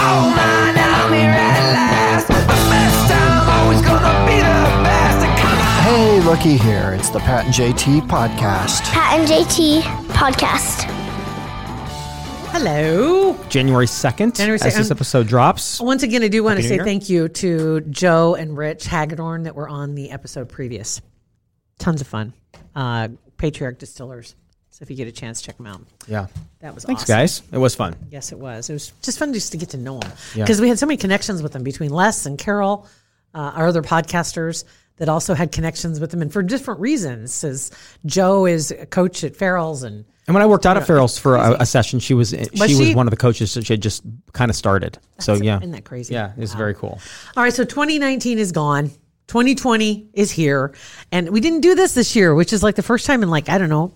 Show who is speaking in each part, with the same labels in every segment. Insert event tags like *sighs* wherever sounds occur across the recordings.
Speaker 1: Oh man, I'm here at last. The best time, always gonna be the best. And come on.
Speaker 2: Hey, looky here. It's the Pat and JT podcast.
Speaker 3: Pat and JT podcast.
Speaker 4: Hello.
Speaker 5: January 2nd,
Speaker 4: January Oh.
Speaker 5: as
Speaker 4: 2nd.
Speaker 5: this episode drops.
Speaker 4: Once again, I do want to
Speaker 5: New
Speaker 4: say
Speaker 5: Year.
Speaker 4: thank you to Joe and Rich Hagedorn that were on the episode previous. Tons of fun. Uh, Patriarch Distillers. So if you get a chance, check them out.
Speaker 5: Yeah.
Speaker 4: That was
Speaker 5: Thanks,
Speaker 4: awesome.
Speaker 5: guys. It was fun.
Speaker 4: Yes, it was. It was just fun just to get to know them
Speaker 5: Yeah.
Speaker 4: because we had so many connections with them between Les and Carol, uh, our other podcasters that also had connections with them and for different reasons. As Joe is a coach at Farrell's and
Speaker 5: And when I worked out at Farrell's for a, a session, she was, she,
Speaker 4: Was she-
Speaker 5: was one of the coaches that she had just kind of started. so yeah,
Speaker 4: isn't that crazy?
Speaker 5: yeah, it's very cool.
Speaker 4: All right, so 2019 is gone. 2020 is here. And we didn't do this this year, which is like the first time in like, I don't know,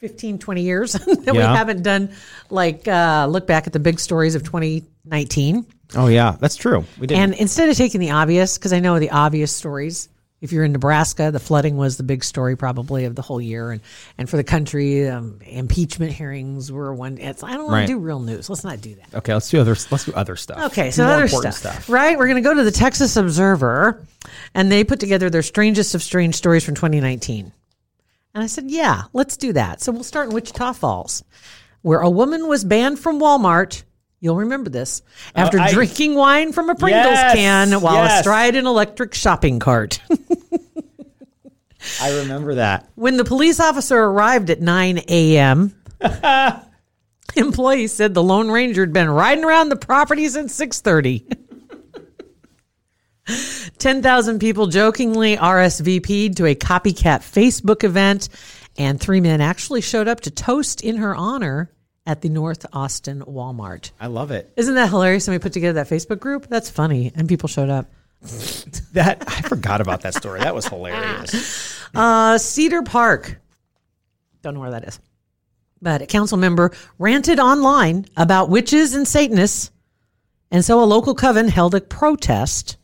Speaker 4: 15, 20 years *laughs* that we
Speaker 5: Yeah.
Speaker 4: haven't done like uh, look back at the big stories of 2019.
Speaker 5: Oh yeah, that's true. We did.
Speaker 4: And
Speaker 5: And
Speaker 4: instead of taking the obvious, because I know the obvious stories, if you're in Nebraska, the flooding was the big story probably of the whole year. And, and for the country, um, impeachment hearings were one. It's, I don't want
Speaker 5: Right.
Speaker 4: to do real news. Let's not do that.
Speaker 5: okay, let's do other let's do other stuff.
Speaker 4: Okay, so
Speaker 5: More
Speaker 4: other
Speaker 5: important
Speaker 4: stuff, right? We're going to go to the Texas Observer, and they put together their strangest of strange stories from 2019. And I said, "Yeah, let's do that." So we'll start in Wichita Falls, where a woman was banned from Walmart. You'll remember this after
Speaker 5: Uh, I-
Speaker 4: drinking wine from a Pringles
Speaker 5: Yes,
Speaker 4: can while
Speaker 5: yes.
Speaker 4: astride an electric shopping cart. *laughs*
Speaker 5: I remember that.
Speaker 4: When the police officer arrived at 9 a.m., employees said the Lone Ranger had been riding around the property since *laughs* 6:30. 10,000 people jokingly RSVP'd to a copycat Facebook event, and three men actually showed up to toast in her honor at the North Austin Walmart.
Speaker 5: I love it.
Speaker 4: Isn't that hilarious? When we put together that Facebook group, that's funny, and people showed up.
Speaker 5: That I forgot about that story. That was
Speaker 4: *laughs*
Speaker 5: hilarious.
Speaker 4: Uh, Cedar Park. Don't know where that is. But a council member ranted online about witches and Satanists. And so a local coven held a protest.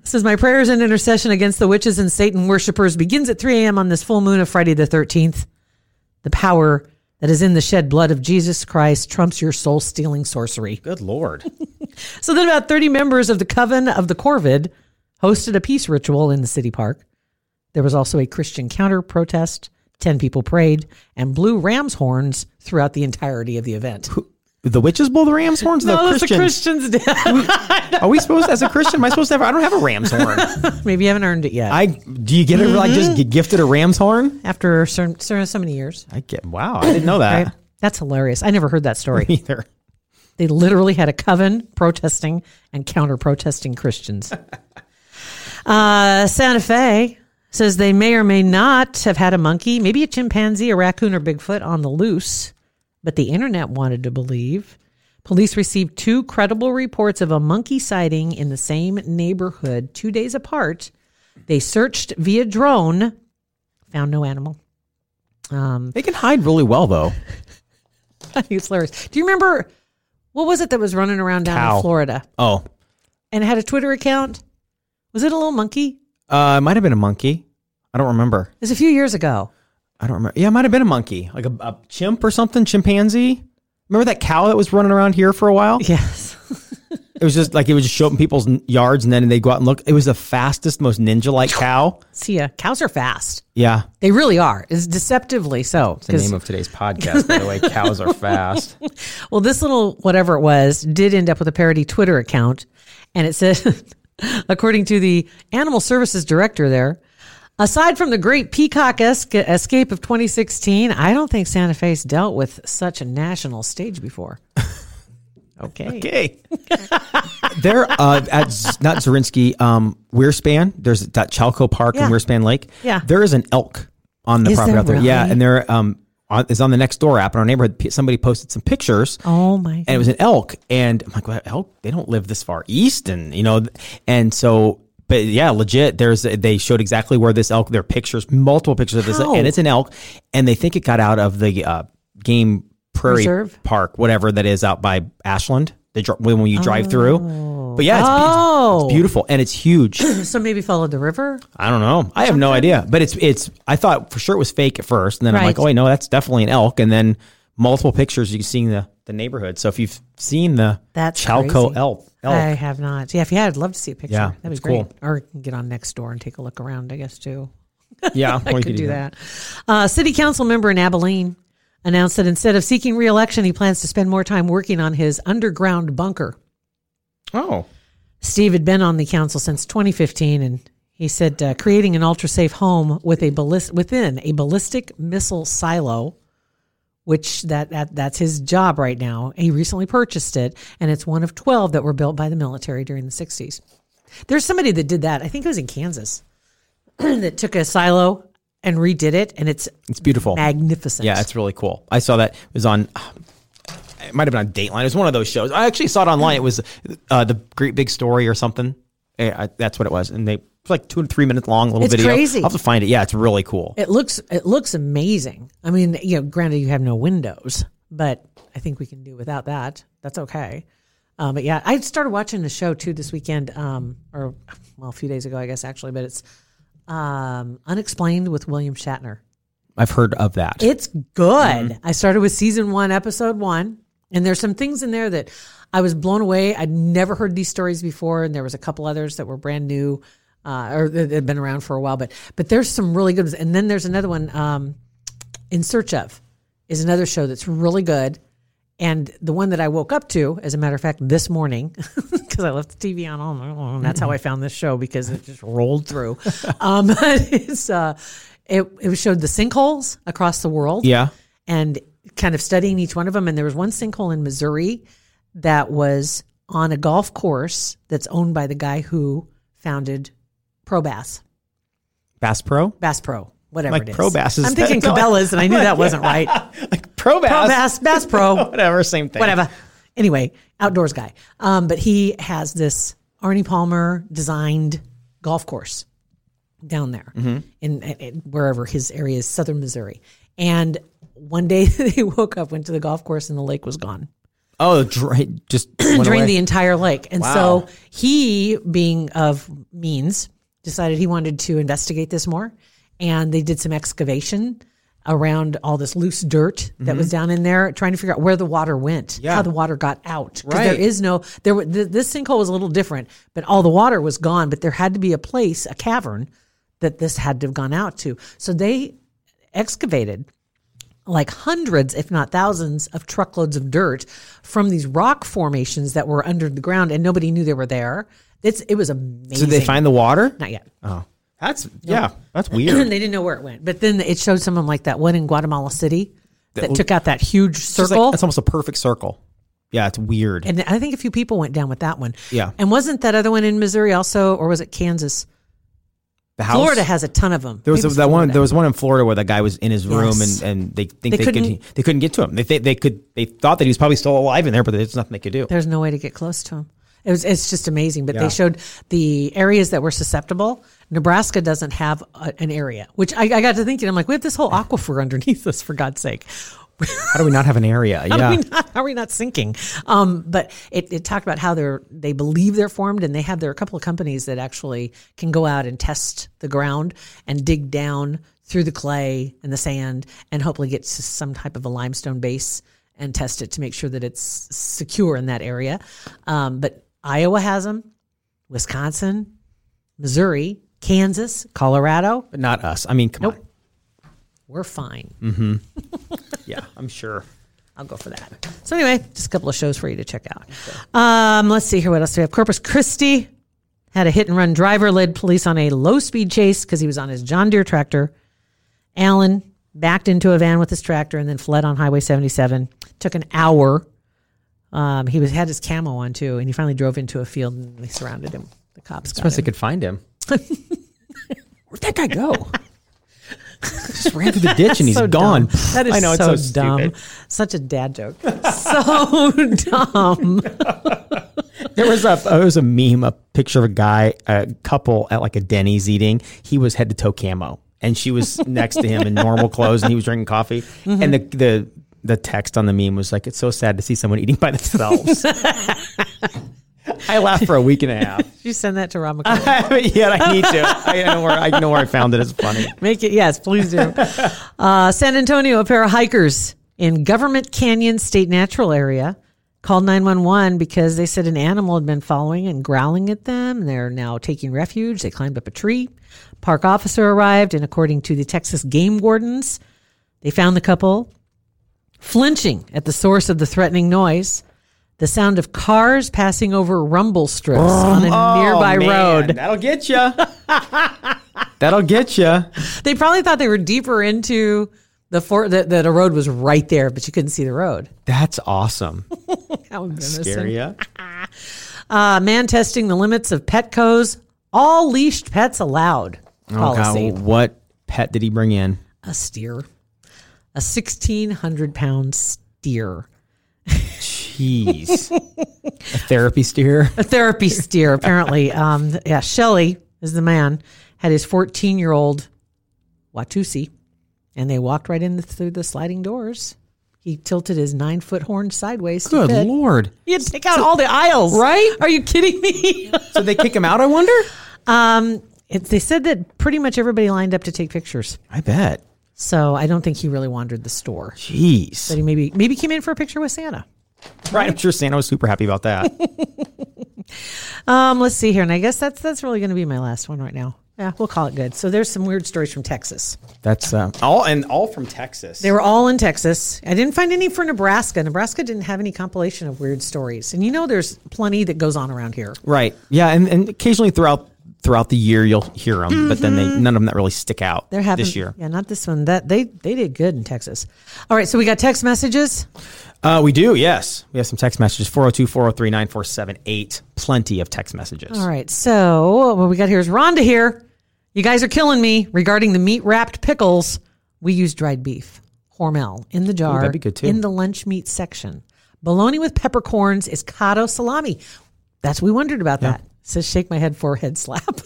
Speaker 4: It Says my prayers and intercession against the witches and Satan worshippers begins at 3 a.m. on this full moon of Friday the 13th. The power that is in the shed blood of Jesus Christ trumps your soul stealing sorcery.
Speaker 5: Good lord.
Speaker 4: So then about 30 members of the Coven of the Corvid hosted a peace ritual in the city park. There was also a Christian counter protest. 10 people prayed and blew ram's horns throughout the entirety of the event.
Speaker 5: The witches blow the ram's horns. the
Speaker 4: that's
Speaker 5: Christians.
Speaker 4: the Christians
Speaker 5: Are we supposed as a Christian? Am I supposed to have? I don't have a ram's
Speaker 4: *laughs*
Speaker 5: horn.
Speaker 4: did. *laughs* Maybe you haven't earned it yet.
Speaker 5: I do you get it? Like just
Speaker 4: Mm-hmm.
Speaker 5: get gifted a ram's horn?
Speaker 4: After so, so so many years.
Speaker 5: I get. Wow, I didn't know that.
Speaker 4: Right? That's hilarious. I never heard that story.
Speaker 5: *laughs* either.
Speaker 4: they literally had a coven protesting and counter protesting Christians. Uh, Santa Fe says they may or may not have had a monkey, maybe a chimpanzee, a raccoon, or Bigfoot on the loose, but the internet wanted to believe. Police received two credible reports of a monkey sighting in the same neighborhood two days apart. They searched via drone, found no animal. *laughs*
Speaker 5: They can hide really well though.
Speaker 4: it's hilarious. Do you remember what was it that was running around down
Speaker 5: Cow.
Speaker 4: in Florida
Speaker 5: Oh,
Speaker 4: and had a Twitter account? Was it a little monkey?
Speaker 5: uh, it might have been a monkey. I don't remember.
Speaker 4: It was a few years ago.
Speaker 5: I don't remember. Yeah, it might have been a monkey, like a, a chimp or something, chimpanzee. Remember that cow that was running around here for a while?
Speaker 4: Yes.
Speaker 5: It was just like it would just show up in people's n- yards, and then they would go out and look. It was the fastest, most *laughs* ninja-like cow.
Speaker 4: See ya. Cows are fast.
Speaker 5: Yeah,
Speaker 4: They really are. It's deceptively so.
Speaker 5: it's the name of today's podcast. By the way, cows *laughs* are fast.
Speaker 4: Well, this little whatever it was did end up with a parody Twitter account, and it said, *laughs* according to the Animal Services Director there, aside from the great peacock esca- escape of 2016, I don't think Santa Fe's dealt with such a national stage before. *laughs* Okay.
Speaker 5: Okay. *laughs* there uh, at Z- not Zerinsky, um, Weirspan. There's that Chalco Park
Speaker 4: Yeah.
Speaker 5: and Weirspan Lake.
Speaker 4: Yeah.
Speaker 5: There is an elk on the
Speaker 4: Is
Speaker 5: property
Speaker 4: there
Speaker 5: out there. Yeah,
Speaker 4: really?
Speaker 5: and there um on, is on the next door app in our neighborhood. P- Somebody posted some pictures.
Speaker 4: Oh my!
Speaker 5: and it was an elk and i'm like well, elk they don't live this far east and you know th- and so but yeah legit there's they showed exactly where this elk there are pictures multiple pictures of this
Speaker 4: How?
Speaker 5: and it's an elk and they think it got out of the uh, game prairie
Speaker 4: Reserve?
Speaker 5: park whatever that is out by ashland they dr- when when you drive through but yeah it's, be- it's-
Speaker 4: Oh.
Speaker 5: it's beautiful and it's huge
Speaker 4: so maybe followed the river.
Speaker 5: i don't know i have no idea but it's it's i thought for sure it was fake at first and then i'm
Speaker 4: Right.
Speaker 5: like oh wait no that's definitely an elk and then multiple pictures you can see in the the neighborhood so if you've seen the
Speaker 4: That's
Speaker 5: Chalco
Speaker 4: crazy.
Speaker 5: elk. elk.
Speaker 4: I have not. Yeah, if you had, I'd love to see a picture.
Speaker 5: Yeah,
Speaker 4: that'd be
Speaker 5: it's
Speaker 4: great.
Speaker 5: cool.
Speaker 4: Or you can get on next door and take a look around. I guess too.
Speaker 5: *laughs*
Speaker 4: *laughs*
Speaker 5: yeah, we
Speaker 4: could, do that. Uh, city council member in Abilene announced that instead of seeking reelection, he plans to spend more time working on his underground bunker.
Speaker 5: Oh,
Speaker 4: Steve had been on the council since 2015, and he said uh, creating an ultra safe home with a ballist- within a ballistic missile silo, which that, that that's his job right now. He recently purchased it, and it's one of 12 that were built by the military during the 60s. There's somebody that did that. I think it was in Kansas *clears throat* that took a silo and redid it, and it's
Speaker 5: it's beautiful.
Speaker 4: magnificent.
Speaker 5: yeah, it's really cool. I saw that it was on. *sighs* It might have been on Dateline. It was one of those shows. I actually saw it online. It was uh, the Great Big Story or something. Eh, I, that's what it was, and they it's like two and three minutes long little
Speaker 4: It's
Speaker 5: video.
Speaker 4: crazy.
Speaker 5: I'll have to find it. Yeah, it's really cool.
Speaker 4: It looks it looks amazing. I mean, you know, granted you have no windows, but I think we can do without that. That's okay. Um, but yeah, I started watching the show too this weekend, um, or well, a few days ago, I guess actually. But it's um, Unexplained with William Shatner.
Speaker 5: I've heard of that.
Speaker 4: It's good. I started with season one, episode one, and there's some things in there that I was blown away. I'd never heard these stories before, and there was a couple others that were brand new, uh, or that had been around for a while. But but there's some really good ones, and then there's another one, um, In Search of, is another show that's really good. And the one that I woke up to, as a matter of fact, this morning, *laughs* because I left the TV on all night long. That's how I found this show because it just rolled
Speaker 5: *laughs*
Speaker 4: through. Um, *laughs* it's, uh, it, it showed the sinkholes across the world
Speaker 5: yeah,
Speaker 4: and kind of studying each one of them. And there was one sinkhole in Missouri that was on a golf course that's owned by the guy who founded Pro Bass.
Speaker 5: Bass Pro.
Speaker 4: Bass Pro, whatever
Speaker 5: Like
Speaker 4: it is.
Speaker 5: Pro Bass is-
Speaker 4: I'm thinking
Speaker 5: *laughs* that's all I-
Speaker 4: Cabela's, and I knew that wasn't right.
Speaker 5: Pro *laughs* Bass.
Speaker 4: Pro Bass, Bass
Speaker 5: *laughs*
Speaker 4: Pro,
Speaker 5: Whatever, same thing.
Speaker 4: whatever. Anyway, outdoors guy. Um, but he has this Arnie Palmer designed golf course down there in, in wherever his area is, southern Missouri. And one day *laughs* they woke up, went to the golf course, and the lake was gone
Speaker 5: Oh, dra-
Speaker 4: *clears throat*
Speaker 5: just went
Speaker 4: drained
Speaker 5: away.
Speaker 4: the entire lake. And
Speaker 5: Wow.
Speaker 4: so he, being of means, decided he wanted to investigate this more. And they did some excavation around all this loose dirt that was down in there, trying to figure out where the water went,
Speaker 5: Mm-hmm. Yeah.
Speaker 4: how the water got out. 'Cause
Speaker 5: Right.
Speaker 4: there is no there. wa- Th- this sinkhole was a little different, but all the water was gone. But there had to be a place, a cavern, that this had to have gone out to. So they excavated like hundreds, if not thousands, of truckloads of dirt from these rock formations that were under the ground, and nobody knew they were there. It's it was amazing.
Speaker 5: Did they find the water?
Speaker 4: Not yet.
Speaker 5: Oh, that's yeah,
Speaker 4: *clears throat*
Speaker 5: that's
Speaker 4: they
Speaker 5: weird.
Speaker 4: didn't know where it went, but then it showed someone like that one in Guatemala City that, took out that huge
Speaker 5: It's
Speaker 4: circle.
Speaker 5: Like, it's almost a perfect circle. Yeah, it's weird.
Speaker 4: and I think a few people went down with that one.
Speaker 5: Yeah.
Speaker 4: And wasn't that other one in Missouri also, or was it Kansas?
Speaker 5: the house.
Speaker 4: Florida has a ton of them.
Speaker 5: There was
Speaker 4: Maybe
Speaker 5: that
Speaker 4: it's
Speaker 5: one.
Speaker 4: Florida.
Speaker 5: There was one in Florida where the guy was in his room
Speaker 4: Yes.
Speaker 5: and, and they think
Speaker 4: They
Speaker 5: they,
Speaker 4: couldn't-
Speaker 5: could they couldn't get to him. They, they they could they thought that he was probably still alive in there, but there's nothing they could do.
Speaker 4: There's no way to get close to them. It was, it's just amazing. But
Speaker 5: Yeah.
Speaker 4: they showed the areas that were susceptible. Nebraska doesn't have a, an area, which I, I got to thinking, I'm like, we have this whole aquifer underneath us, for God's sake.
Speaker 5: How do we not have an area?
Speaker 4: How,
Speaker 5: Yeah,
Speaker 4: are, we not, how are we not sinking? Um, but it, it talked about how they're, they believe they're formed, and they have there are a couple of companies that actually can go out and test the ground and dig down through the clay and the sand and hopefully get to some type of a limestone base and test it to make sure that it's secure in that area. Um, but Iowa has them, Wisconsin, Missouri, Kansas, Colorado.
Speaker 5: but not us. I mean, come on.
Speaker 4: We're fine.
Speaker 5: Yeah, I'm sure.
Speaker 4: I'll go for that. So anyway, just a couple of shows for you to check out. Um, let's see here. What else do we have? Corpus Christi had a hit and run driver led police on a low speed chase because he was on his John Deere tractor. Allen backed into a van with his tractor and then fled on Highway 77. Took an hour. Um, he was had his camo on too, and he finally drove into a field and they surrounded him. The cops. got
Speaker 5: Unless they
Speaker 4: him. *laughs*
Speaker 5: could find him. Where'd that guy go? Just ran through the ditch and he's
Speaker 4: so
Speaker 5: gone.
Speaker 4: dumb. That is
Speaker 5: *laughs* I know
Speaker 4: so,
Speaker 5: it's so
Speaker 4: dumb.
Speaker 5: stupid.
Speaker 4: Such a dad joke. *laughs* so
Speaker 5: *laughs*
Speaker 4: dumb.
Speaker 5: There was a oh, there was a meme, a picture of a guy, a couple at like a Denny's eating. He was head to toe camo, and she *laughs* was next to him in normal clothes, and he was drinking coffee. And the the the text on the meme was like, "It's so sad to see someone eating by *laughs* themselves." I laughed for a week and a half.
Speaker 4: Did you send that to Ramako?
Speaker 5: yeah, *laughs* I need to. *laughs* I know where I know where I found it. It's funny.
Speaker 4: *laughs* Make it yes, please do. Uh, San Antonio, a pair of hikers in Government Canyon State Natural Area called 911 because they said an animal had been following and growling at them. They're now taking refuge. They climbed up a tree. Park officer arrived, and according to the Texas game wardens, they found the couple flinching at the source of the threatening noise. The sound of cars passing over rumble strips on a nearby
Speaker 5: Oh, man,
Speaker 4: road.
Speaker 5: That'll get you. *laughs* that'll get you.
Speaker 4: They probably thought they were deeper into the fort that, that a road was right there, but you couldn't see the road.
Speaker 5: That's awesome.
Speaker 4: That would be
Speaker 5: Scary. yeah?
Speaker 4: Uh, man testing the limits of Petco's all leashed pets allowed
Speaker 5: Oh,
Speaker 4: policy.
Speaker 5: God, what pet did he bring in?
Speaker 4: a steer, a sixteen hundred pound steer,
Speaker 5: Jeez. *laughs* a therapy steer.
Speaker 4: a therapy *laughs* steer. Apparently, um, yeah, Shelley is the man. Had his fourteen year old Watusi, and they walked right in the, through the sliding doors. He tilted his nine foot horn sideways.
Speaker 5: *laughs* Good
Speaker 4: to fit.
Speaker 5: lord.
Speaker 4: *laughs* You had to take out all the aisles.
Speaker 5: Right?
Speaker 4: Are you kidding me? *laughs*
Speaker 5: So they kick him out, I wonder?
Speaker 4: um, it, they said that pretty much everybody lined up to take pictures.
Speaker 5: I bet.
Speaker 4: So I don't think he really wandered the store. But
Speaker 5: Jeez.
Speaker 4: he maybe maybe came in for a picture with Santa.
Speaker 5: Right. I'm sure Santa was super happy about that.
Speaker 4: Um, let's see here, and I guess that's that's really going to be my last one right now. Yeah, we'll call it good. So there's some weird stories from Texas.
Speaker 5: *laughs* That's uh, all and all from Texas.
Speaker 4: They were all in Texas. I didn't find any for Nebraska. Nebraska didn't have any compilation of weird stories, and you know there's plenty that goes on around here.
Speaker 5: right. Yeah, and, and occasionally throughout throughout the year you'll hear them, but then they none of them that really stick out
Speaker 4: There have
Speaker 5: this year.
Speaker 4: yeah, not this one. That they they did good in Texas. All right, so we got text messages.
Speaker 5: Uh, we do, yes. We have some text messages 402 403 9478. Plenty of text messages.
Speaker 4: All right. So what we got here is Rhonda here. You guys are killing me regarding the meat wrapped pickles. We use dried beef, Hormel in the jar,
Speaker 5: that'd be good too.
Speaker 4: in the lunch meat section. Bologna with peppercorns is cotto salami. That's we wondered about that. Says shake my head, forehead slap. *laughs*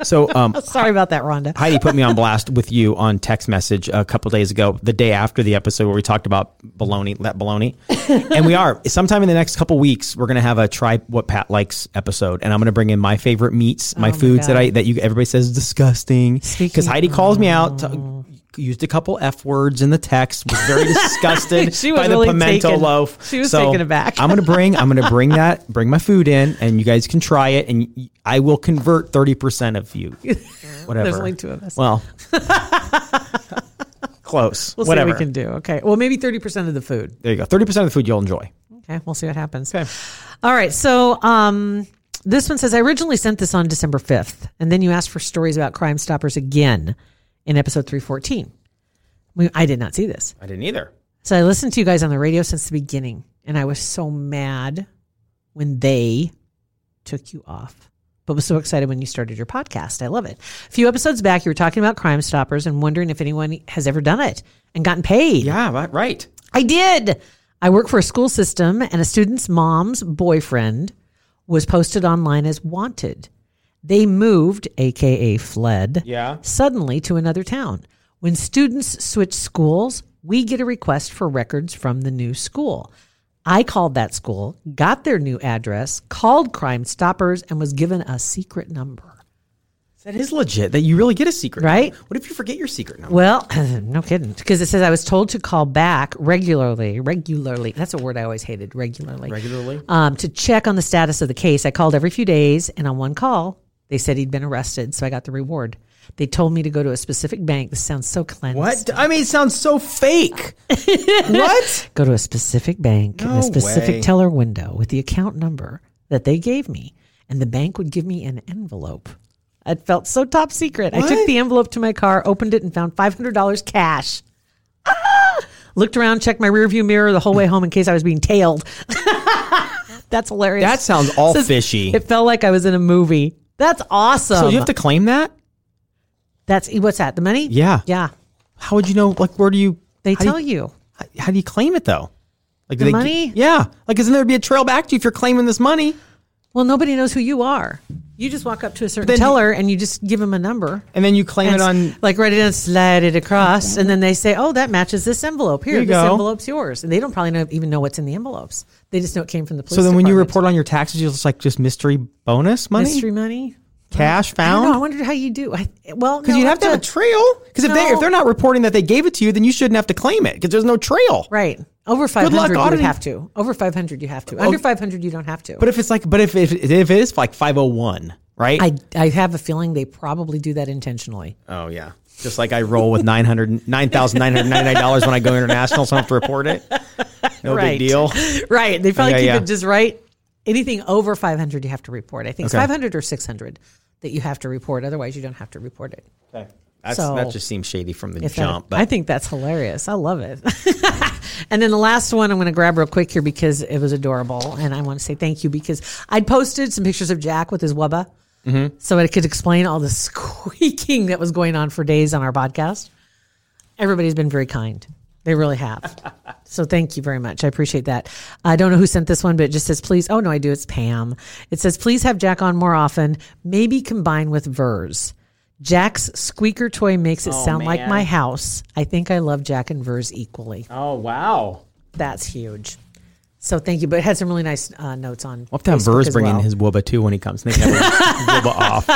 Speaker 5: So *laughs* um,
Speaker 4: Sorry about that, Rhonda.
Speaker 5: Heidi put me on blast with you on text message a couple days ago, the day after the episode where we talked about baloney,
Speaker 4: *laughs*
Speaker 5: let baloney. and we are sometime in the next couple weeks, we're gonna have a try what Pat likes episode, and I'm gonna bring in my favorite meats, my foods that I that you everybody says is disgusting. Because
Speaker 4: Oh Speaking- Oh.
Speaker 5: Heidi calls me out. To, Used a couple f words in the text. Was very disgusted
Speaker 4: *laughs* She was
Speaker 5: by the
Speaker 4: really
Speaker 5: pimento
Speaker 4: taken-
Speaker 5: loaf.
Speaker 4: she was taken aback.
Speaker 5: I'm gonna bring. I'm gonna bring that. Bring my food in, and you guys can try it, and y- I will convert thirty percent
Speaker 4: *laughs*
Speaker 5: of you. Whatever.
Speaker 4: only two of us.
Speaker 5: *laughs* Well, close.
Speaker 4: We'll
Speaker 5: Whatever.
Speaker 4: see what we can do. Okay. Well, maybe thirty percent of the food.
Speaker 5: There you go. Thirty percent of the food you'll enjoy.
Speaker 4: Okay, we'll see what happens.
Speaker 5: Okay.
Speaker 4: All right. So um, this one says I originally sent this on December 5th, and then you asked for stories about Crime Stoppers again in episode 314. We, I did not see this.
Speaker 5: I didn't either.
Speaker 4: So I listened to you guys on the radio since the beginning, and I was so mad when they took you off, but was so excited when you started your podcast. I love it. A few episodes back, you were talking about Crime Stoppers and wondering if anyone has ever done it and gotten paid.
Speaker 5: Yeah. Right. right.
Speaker 4: I did. I work for a school system, and a student's mom's boyfriend was posted online as wanted. They moved, aka fled,
Speaker 5: Yeah.
Speaker 4: suddenly to another town. When students switch schools, we get a request for records from the new school. I called that school, got their new address, called Crime Stoppers, and was given a secret number.
Speaker 5: That is legit. That you really get a secret.
Speaker 4: Right?
Speaker 5: number. What if you forget your secret number?
Speaker 4: Well, *clears throat* no kidding. Because it says I was told to call back regularly, regularly. That's a word I always hated, regularly.
Speaker 5: Regularly?
Speaker 4: Um, to check on the status of the case. I called every few days, and on one call, they said he'd been arrested, so I got the reward. They told me to go to a specific bank. This sounds so cleansed.
Speaker 5: What? I mean, it sounds so *laughs* fake. what?
Speaker 4: Go to a specific bank in
Speaker 5: No
Speaker 4: a specific
Speaker 5: way.
Speaker 4: teller window with the account number that they gave me, and the bank would give me an envelope. It felt so top secret. I took
Speaker 5: What?
Speaker 4: the envelope to my car, opened it, and found five hundred dollars cash. Ah! Looked around, checked my rearview mirror the whole way home in case I was being tailed. *laughs* That's hilarious.
Speaker 5: That sounds all
Speaker 4: Says,
Speaker 5: fishy.
Speaker 4: It felt like I was in a movie. That's awesome.
Speaker 5: so you have to claim that.
Speaker 4: That's what's that? The money?
Speaker 5: Yeah.
Speaker 4: Yeah.
Speaker 5: How would you know? Like, where do you?
Speaker 4: They
Speaker 5: how do
Speaker 4: tell you.
Speaker 5: How, how do you claim it though? Like
Speaker 4: The
Speaker 5: do they gi-
Speaker 4: money?
Speaker 5: yeah. Like, isn't there be a trail back to you if you're claiming this money?
Speaker 4: Well, nobody knows who you are. You just walk up to a certain
Speaker 5: then-
Speaker 4: teller and you just give them a number.
Speaker 5: And then you claim it
Speaker 4: And
Speaker 5: on.
Speaker 4: s- like write it down, slide it across, and then they say, "Oh, that matches this envelope. Here,
Speaker 5: you
Speaker 4: this
Speaker 5: go.
Speaker 4: envelope's yours." And they don't probably know, even know what's in the envelopes. They just know it came from the police.
Speaker 5: So then, when you
Speaker 4: department.
Speaker 5: report on your taxes, you're just like just mystery bonus money,
Speaker 4: mystery money,
Speaker 5: cash
Speaker 4: I don't know. I
Speaker 5: found.
Speaker 4: wondered how you do. I, well,
Speaker 5: Because
Speaker 4: no,
Speaker 5: you'd
Speaker 4: I
Speaker 5: have to have a trail. Because if they
Speaker 4: No.
Speaker 5: if they're not reporting that they gave it to you, then you shouldn't have to claim it because there's no trail.
Speaker 4: right over five
Speaker 5: luck
Speaker 4: hundred. You would
Speaker 5: auditing.
Speaker 4: have to over five hundred. You have to under five hundred. You don't have to.
Speaker 5: But if it's like, but if if, if it is like 501, right?
Speaker 4: I, I have a feeling they probably do that intentionally.
Speaker 5: oh yeah. Just like I roll with 900 $9,999 when I go international, so I have to report it. No
Speaker 4: Right.
Speaker 5: big deal.
Speaker 4: *laughs* Right. They probably
Speaker 5: Okay,
Speaker 4: keep
Speaker 5: yeah.
Speaker 4: it just right. Anything over 500, you have to report. I think it's
Speaker 5: Okay.
Speaker 4: 500 or 600 that you have to report. Otherwise, you don't have to report it.
Speaker 5: Okay. That's,
Speaker 4: So-
Speaker 5: that just seems shady from the
Speaker 4: If that-
Speaker 5: jump. But
Speaker 4: I think that's hilarious. I love it. *laughs* and then the last one I'm going to grab real quick here because it was adorable. And I want to say thank you because I'd posted some pictures of Jack with his wubba.
Speaker 5: Mm-hmm.
Speaker 4: So I could explain all the *laughs* squeaking that was going on for days on our podcast. Everybody's been very kind. They really
Speaker 5: *laughs*
Speaker 4: have. so thank you very much. I appreciate that. I don't know who sent this one, but it just says, please. Oh, no, I do. It's Pam. It says, please have Jack on more often, maybe combine with Vers. Jack's squeaker toy makes it sound like
Speaker 5: Oh, man.
Speaker 4: my house. I think I love Jack and Vers equally.
Speaker 5: oh wow.
Speaker 4: That's huge. So thank you. But it had some really nice uh, notes on.
Speaker 5: We'll have to have
Speaker 4: Facebook
Speaker 5: Vers
Speaker 4: as
Speaker 5: bring
Speaker 4: well.
Speaker 5: in his Wooba too when he comes. They can have
Speaker 4: *laughs*
Speaker 5: a Wooba off.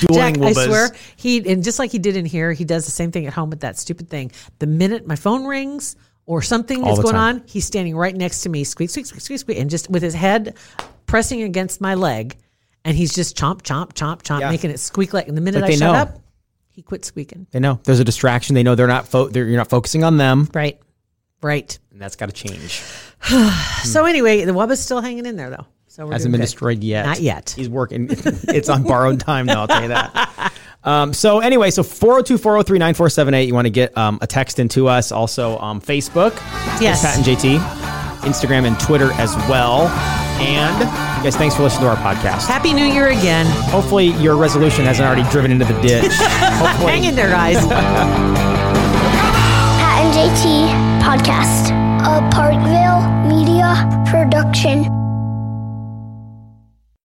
Speaker 5: Dueling
Speaker 4: Jack, I
Speaker 5: Woobas.
Speaker 4: swear, he and just like he did in here, he does the same thing at home with that stupid thing. The minute my phone rings or something
Speaker 5: All
Speaker 4: that's
Speaker 5: the
Speaker 4: going
Speaker 5: time.
Speaker 4: on, he's standing right next to me, squeak, squeak, squeak, squeak, squeak, and just with his head pressing against my leg, and he's just chomp, chomp, chomp, chomp,
Speaker 5: Yeah.
Speaker 4: making it squeak like. And the minute
Speaker 5: But
Speaker 4: I
Speaker 5: they
Speaker 4: shut
Speaker 5: know.
Speaker 4: up, he quit squeaking.
Speaker 5: They know there's a distraction. They know they're not fo- they're, you're not focusing on them,
Speaker 4: Right, right.
Speaker 5: and that's got to change.
Speaker 4: So anyway, the wub is still hanging in there though. So we're
Speaker 5: hasn't
Speaker 4: doing
Speaker 5: been
Speaker 4: good.
Speaker 5: destroyed yet.
Speaker 4: Not yet.
Speaker 5: He's working. *laughs* it's on borrowed time though. I'll tell you that.
Speaker 4: *laughs*
Speaker 5: Um, so anyway, so 402-403-9478. You want to get um, a text into us. Also um, Facebook.
Speaker 4: Yes.
Speaker 5: It's Pat and JT. Instagram and Twitter as well. And you guys, thanks for listening to our podcast.
Speaker 4: Happy New Year again.
Speaker 5: Hopefully your resolution hasn't already driven into the ditch. Hopefully.
Speaker 4: *laughs* Hang in there, guys.
Speaker 3: Pat and JT Podcast, a Parkville media production.